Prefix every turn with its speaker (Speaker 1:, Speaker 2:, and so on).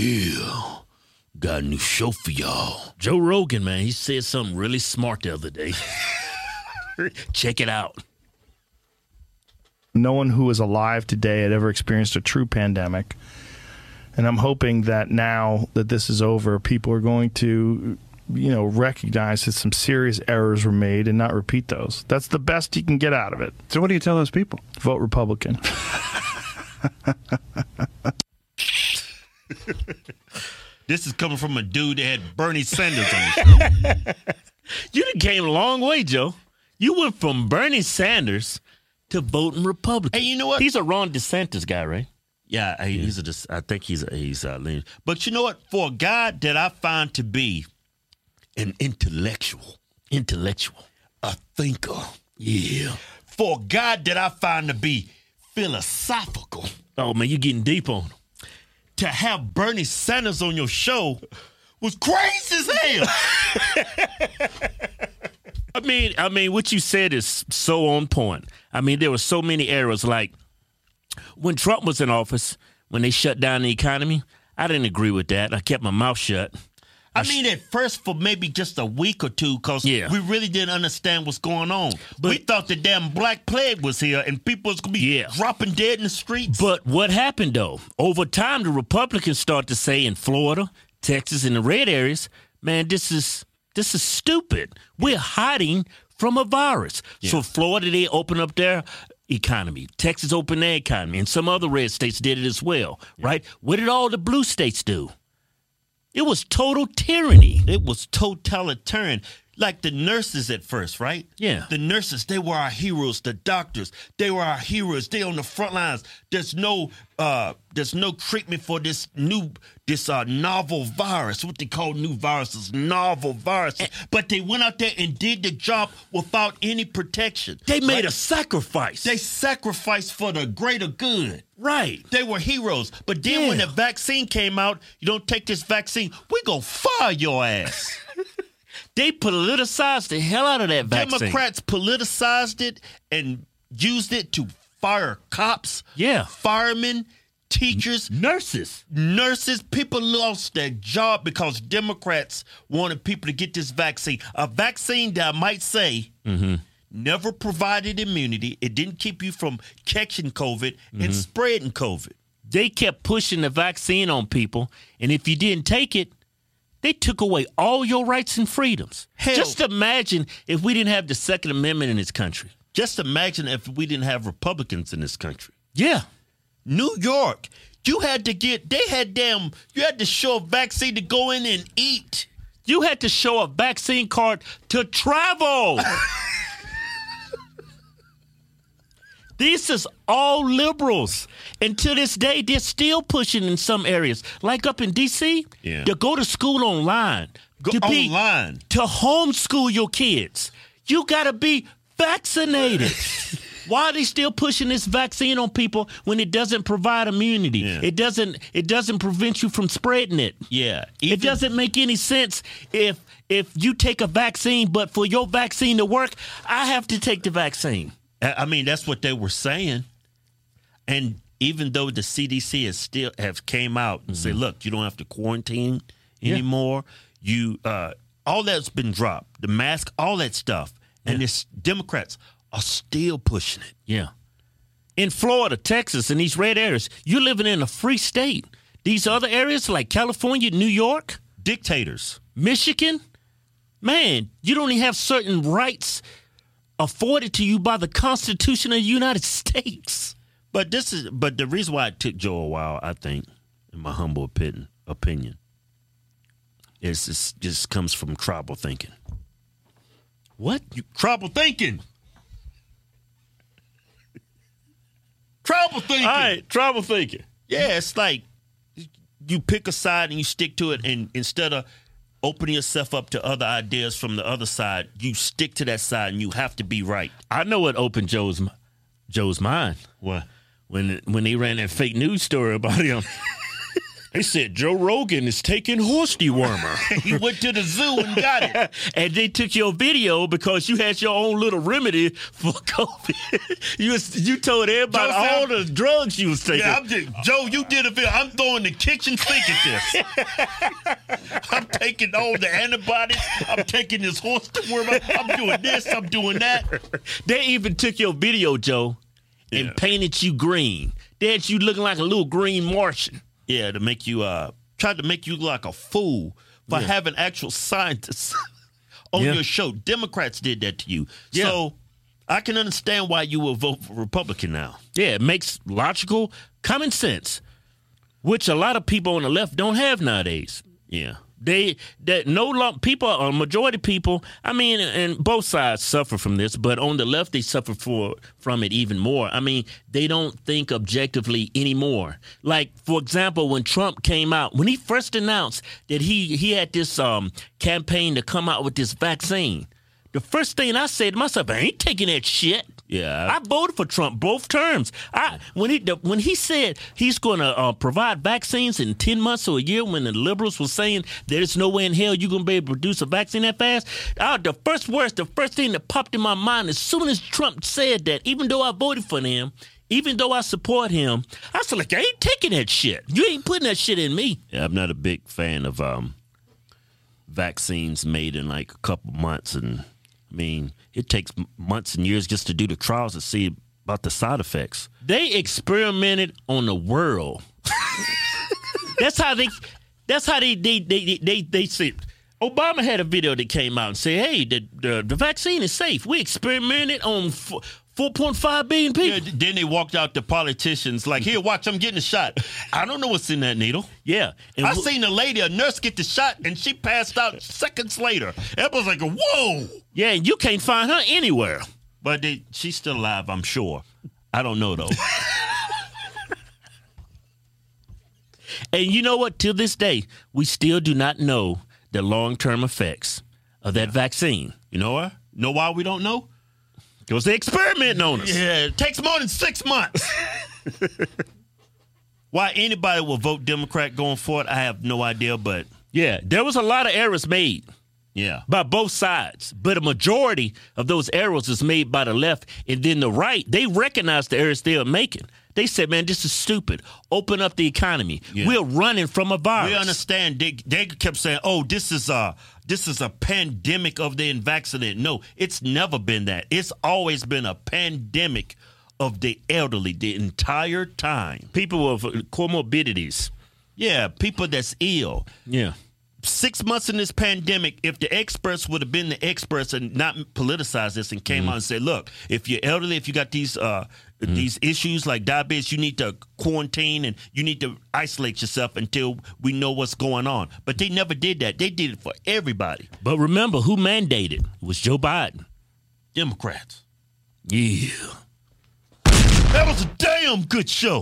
Speaker 1: Yeah. Got a new show for y'all.
Speaker 2: Joe Rogan, man, he said something really smart the other day. Check it out.
Speaker 3: No one who is alive today had ever experienced a true pandemic. And I'm hoping that now that this is over, people are going to, you know, recognize that some serious errors were made and not repeat those. That's the best you can get out of it.
Speaker 4: So what do you tell those people?
Speaker 3: Vote Republican.
Speaker 1: This is coming from a dude that had Bernie Sanders on his
Speaker 2: You done came a long way, Joe. You went from Bernie Sanders to voting Republican.
Speaker 1: Hey, you know what?
Speaker 2: He's a Ron DeSantis guy, right?
Speaker 1: Yeah, I- he's a. dis- I think he's a, he's a lean. But you know what? For a guy that I find to be an intellectual,
Speaker 2: Intellectual.
Speaker 1: a thinker,
Speaker 2: Yeah.
Speaker 1: for a guy that I find to be philosophical,
Speaker 2: Oh man, you getting deep on him.
Speaker 1: to have Bernie Sanders on your show was crazy as hell.
Speaker 2: I mean, I mean, what you said is so on point. I mean, there were so many errors. Like when Trump was in office, when they shut down the economy, I didn't agree with that. I kept my mouth shut.
Speaker 1: I mean, at first for maybe just a week or two, because
Speaker 2: Yeah.
Speaker 1: we really didn't understand what's going on.
Speaker 2: But-
Speaker 1: we thought the damn Black Plague was here and people was gonna be
Speaker 2: Yeah.
Speaker 1: dropping dead in the streets.
Speaker 2: But what happened though? Over time, the Republicans start to say in Florida, Texas, and the red areas, man, this is this is stupid. We're hiding from a virus. So Florida, they open up their economy. Texas opened their economy, and some other red states did it as well, right? What did all the blue states do? It was total tyranny.
Speaker 1: It was totalitarian. Like the nurses at first, right?
Speaker 2: Yeah.
Speaker 1: The nurses, they were our heroes. The doctors, they were our heroes. They on the front lines. There's no uh there's no treatment for this new this uh novel virus. What they call new viruses, novel viruses.
Speaker 2: Eh.
Speaker 1: But they went out there and did the job without any protection.
Speaker 2: They made
Speaker 1: Right?
Speaker 2: a sacrifice.
Speaker 1: they sacrificed for the greater good.
Speaker 2: right.
Speaker 1: They were heroes. But then when
Speaker 2: Yeah.
Speaker 1: the vaccine came out, you don't take this vaccine, we gonna fire your ass.
Speaker 2: They politicized the hell out of that vaccine.
Speaker 1: Democrats politicized it and used it to fire cops,
Speaker 2: Yeah.
Speaker 1: firemen, teachers,
Speaker 2: Nurses.
Speaker 1: nurses. People lost their job because Democrats wanted people to get this vaccine. A vaccine that I might say
Speaker 2: Mm-hmm.
Speaker 1: never provided immunity. It didn't keep you from catching COVID
Speaker 2: Mm-hmm.
Speaker 1: and spreading COVID.
Speaker 2: they kept pushing the vaccine on people, and if you didn't take it, they took away all your rights and freedoms.
Speaker 1: Hell.
Speaker 2: Just imagine if we didn't have the Second Amendment in this country.
Speaker 1: Just imagine if we didn't have Republicans in this country.
Speaker 2: Yeah.
Speaker 1: New York, you had to get, they had damn, you had to show a vaccine to go in and eat.
Speaker 2: You had to show a vaccine card to travel. this is all liberals. And to this day, they're still pushing in some areas. Like up in D.C.,
Speaker 1: Yeah.
Speaker 2: to go to school online.
Speaker 1: Go
Speaker 2: to be-
Speaker 1: online.
Speaker 2: to homeschool your kids. You got to be vaccinated. Why are they still pushing this vaccine on people when it doesn't provide immunity? It doesn't it doesn't prevent you from spreading it.
Speaker 1: Yeah.
Speaker 2: It doesn't make any sense if if you take a vaccine but for your vaccine to work, I have to take the vaccine.
Speaker 1: I I mean, that's what they were saying. And even though the CDC has still have came out and
Speaker 2: Mm-hmm.
Speaker 1: say, look, you don't have to quarantine anymore. You uh, all that's been dropped, the mask, all that stuff, and this Democrats are still pushing it.
Speaker 2: Yeah. In Florida, Texas, and these red areas, you're living in a free state. These other areas like California, New York,
Speaker 1: Dictators.
Speaker 2: Michigan, man, you don't even have certain rights afforded to you by the Constitution of the United States.
Speaker 1: But this is but the reason why it took Joe a while, I think, in my humble opinion, opinion is this just comes from tribal thinking.
Speaker 2: What?
Speaker 1: You, tribal thinking. Tribal thinking.
Speaker 2: trouble thinking.
Speaker 1: Yeah, it's like you pick a side and you stick to it, and instead of opening yourself up to other ideas from the other side, you stick to that side, and you have to be right.
Speaker 2: I know what opened Joe's m- Joe's mind
Speaker 1: What?
Speaker 2: when when they ran that fake news story about him. They said Joe Rogan is taking horse dewormer.
Speaker 1: he went to the zoo and got it.
Speaker 2: and they took your video because you had your own little remedy for COVID. you was, you told everybody
Speaker 1: Joe said-
Speaker 2: all the drugs you was taking.
Speaker 1: Yeah, I'm just, Joe, you did a film. I'm throwing the kitchen sink at this. I'm taking all the antibodies. I'm taking this horse dewormer. I'm doing this. I'm doing that.
Speaker 2: They even took your video, Joe, and
Speaker 1: Yeah.
Speaker 2: painted you green. They had you looking like a little green Martian.
Speaker 1: Yeah, to make you uh tried to make you look like a fool for having actual scientists on
Speaker 2: Yeah.
Speaker 1: your show. Democrats did that to you.
Speaker 2: Yeah.
Speaker 1: So I can understand why you will vote for Republican now.
Speaker 2: Yeah, it makes logical common sense, which a lot of people on the left don't have nowadays.
Speaker 1: Yeah.
Speaker 2: They that no long people, a majority of people. I mean, and both sides suffer from this, but on the left they suffer for from it even more. I mean, they don't think objectively anymore. Like for example, when Trump came out, when he first announced that he he had this um campaign to come out with this vaccine, the first thing I said to myself, I ain't taking that shit.
Speaker 1: Yeah.
Speaker 2: I voted for Trump both terms. I when he the, when he said he's going to uh, provide vaccines in ten months or a year, when the liberals were saying there's no way in hell you're going to be able to produce a vaccine that fast, uh, the first words, the first thing that popped in my mind as soon as Trump said that, even though I voted for him, even though I support him, I said like I ain't taking that shit. You ain't putting that shit in me.
Speaker 1: Yeah, I'm not a big fan of um, vaccines made in like a couple months, and I mean it takes m- months and years just to do the trials to see about the side effects.
Speaker 2: They experimented on the world. that's how they. That's how they they they they they, they said. Obama had a video that came out and said, "Hey, the the, the vaccine is safe. We experimented on f- 4.5 billion people."
Speaker 1: Yeah,
Speaker 2: Yeah.
Speaker 1: then they walked out to politicians like, "Here, watch, I'm getting a shot. I don't know what's in that needle.
Speaker 2: And
Speaker 1: I
Speaker 2: wh-
Speaker 1: seen a lady, a nurse, get the shot, and she passed out seconds later. That was like, whoa!
Speaker 2: yeah, and you can't find her anywhere.
Speaker 1: But they, she's still alive, I'm sure. I don't know though.
Speaker 2: And you know what? To this day, we still do not know the long-term effects of that vaccine
Speaker 1: you know what? Know why we don't know?
Speaker 2: because they experimenting on us.
Speaker 1: Yeah, it takes more than six months. Why anybody will vote Democrat going forward, I have no idea, but
Speaker 2: yeah, there was a lot of errors made.
Speaker 1: yeah.
Speaker 2: by both sides. But a majority of those errors is made by the left and then the right. They recognize the errors they are making. They said, man, this is stupid. Open up the economy. We're running from a virus.
Speaker 1: We understand they, they kept saying, "Oh, this is a this is a pandemic of the unvaccinated." No, it's never been that. It's always been a pandemic of the elderly the entire time.
Speaker 2: People with comorbidities.
Speaker 1: Yeah, people that's ill.
Speaker 2: Yeah.
Speaker 1: Six months in this pandemic, if the experts would have been the experts and not politicized this and came out and said, "Look, if you're elderly, if you got these uh, these issues like diabetes, you need to quarantine and you need to isolate yourself until we know what's going on." But they never did that. They did it for everybody.
Speaker 2: But remember, who mandated it was Joe Biden.
Speaker 1: Democrats.
Speaker 2: Yeah.
Speaker 1: That was a damn good show.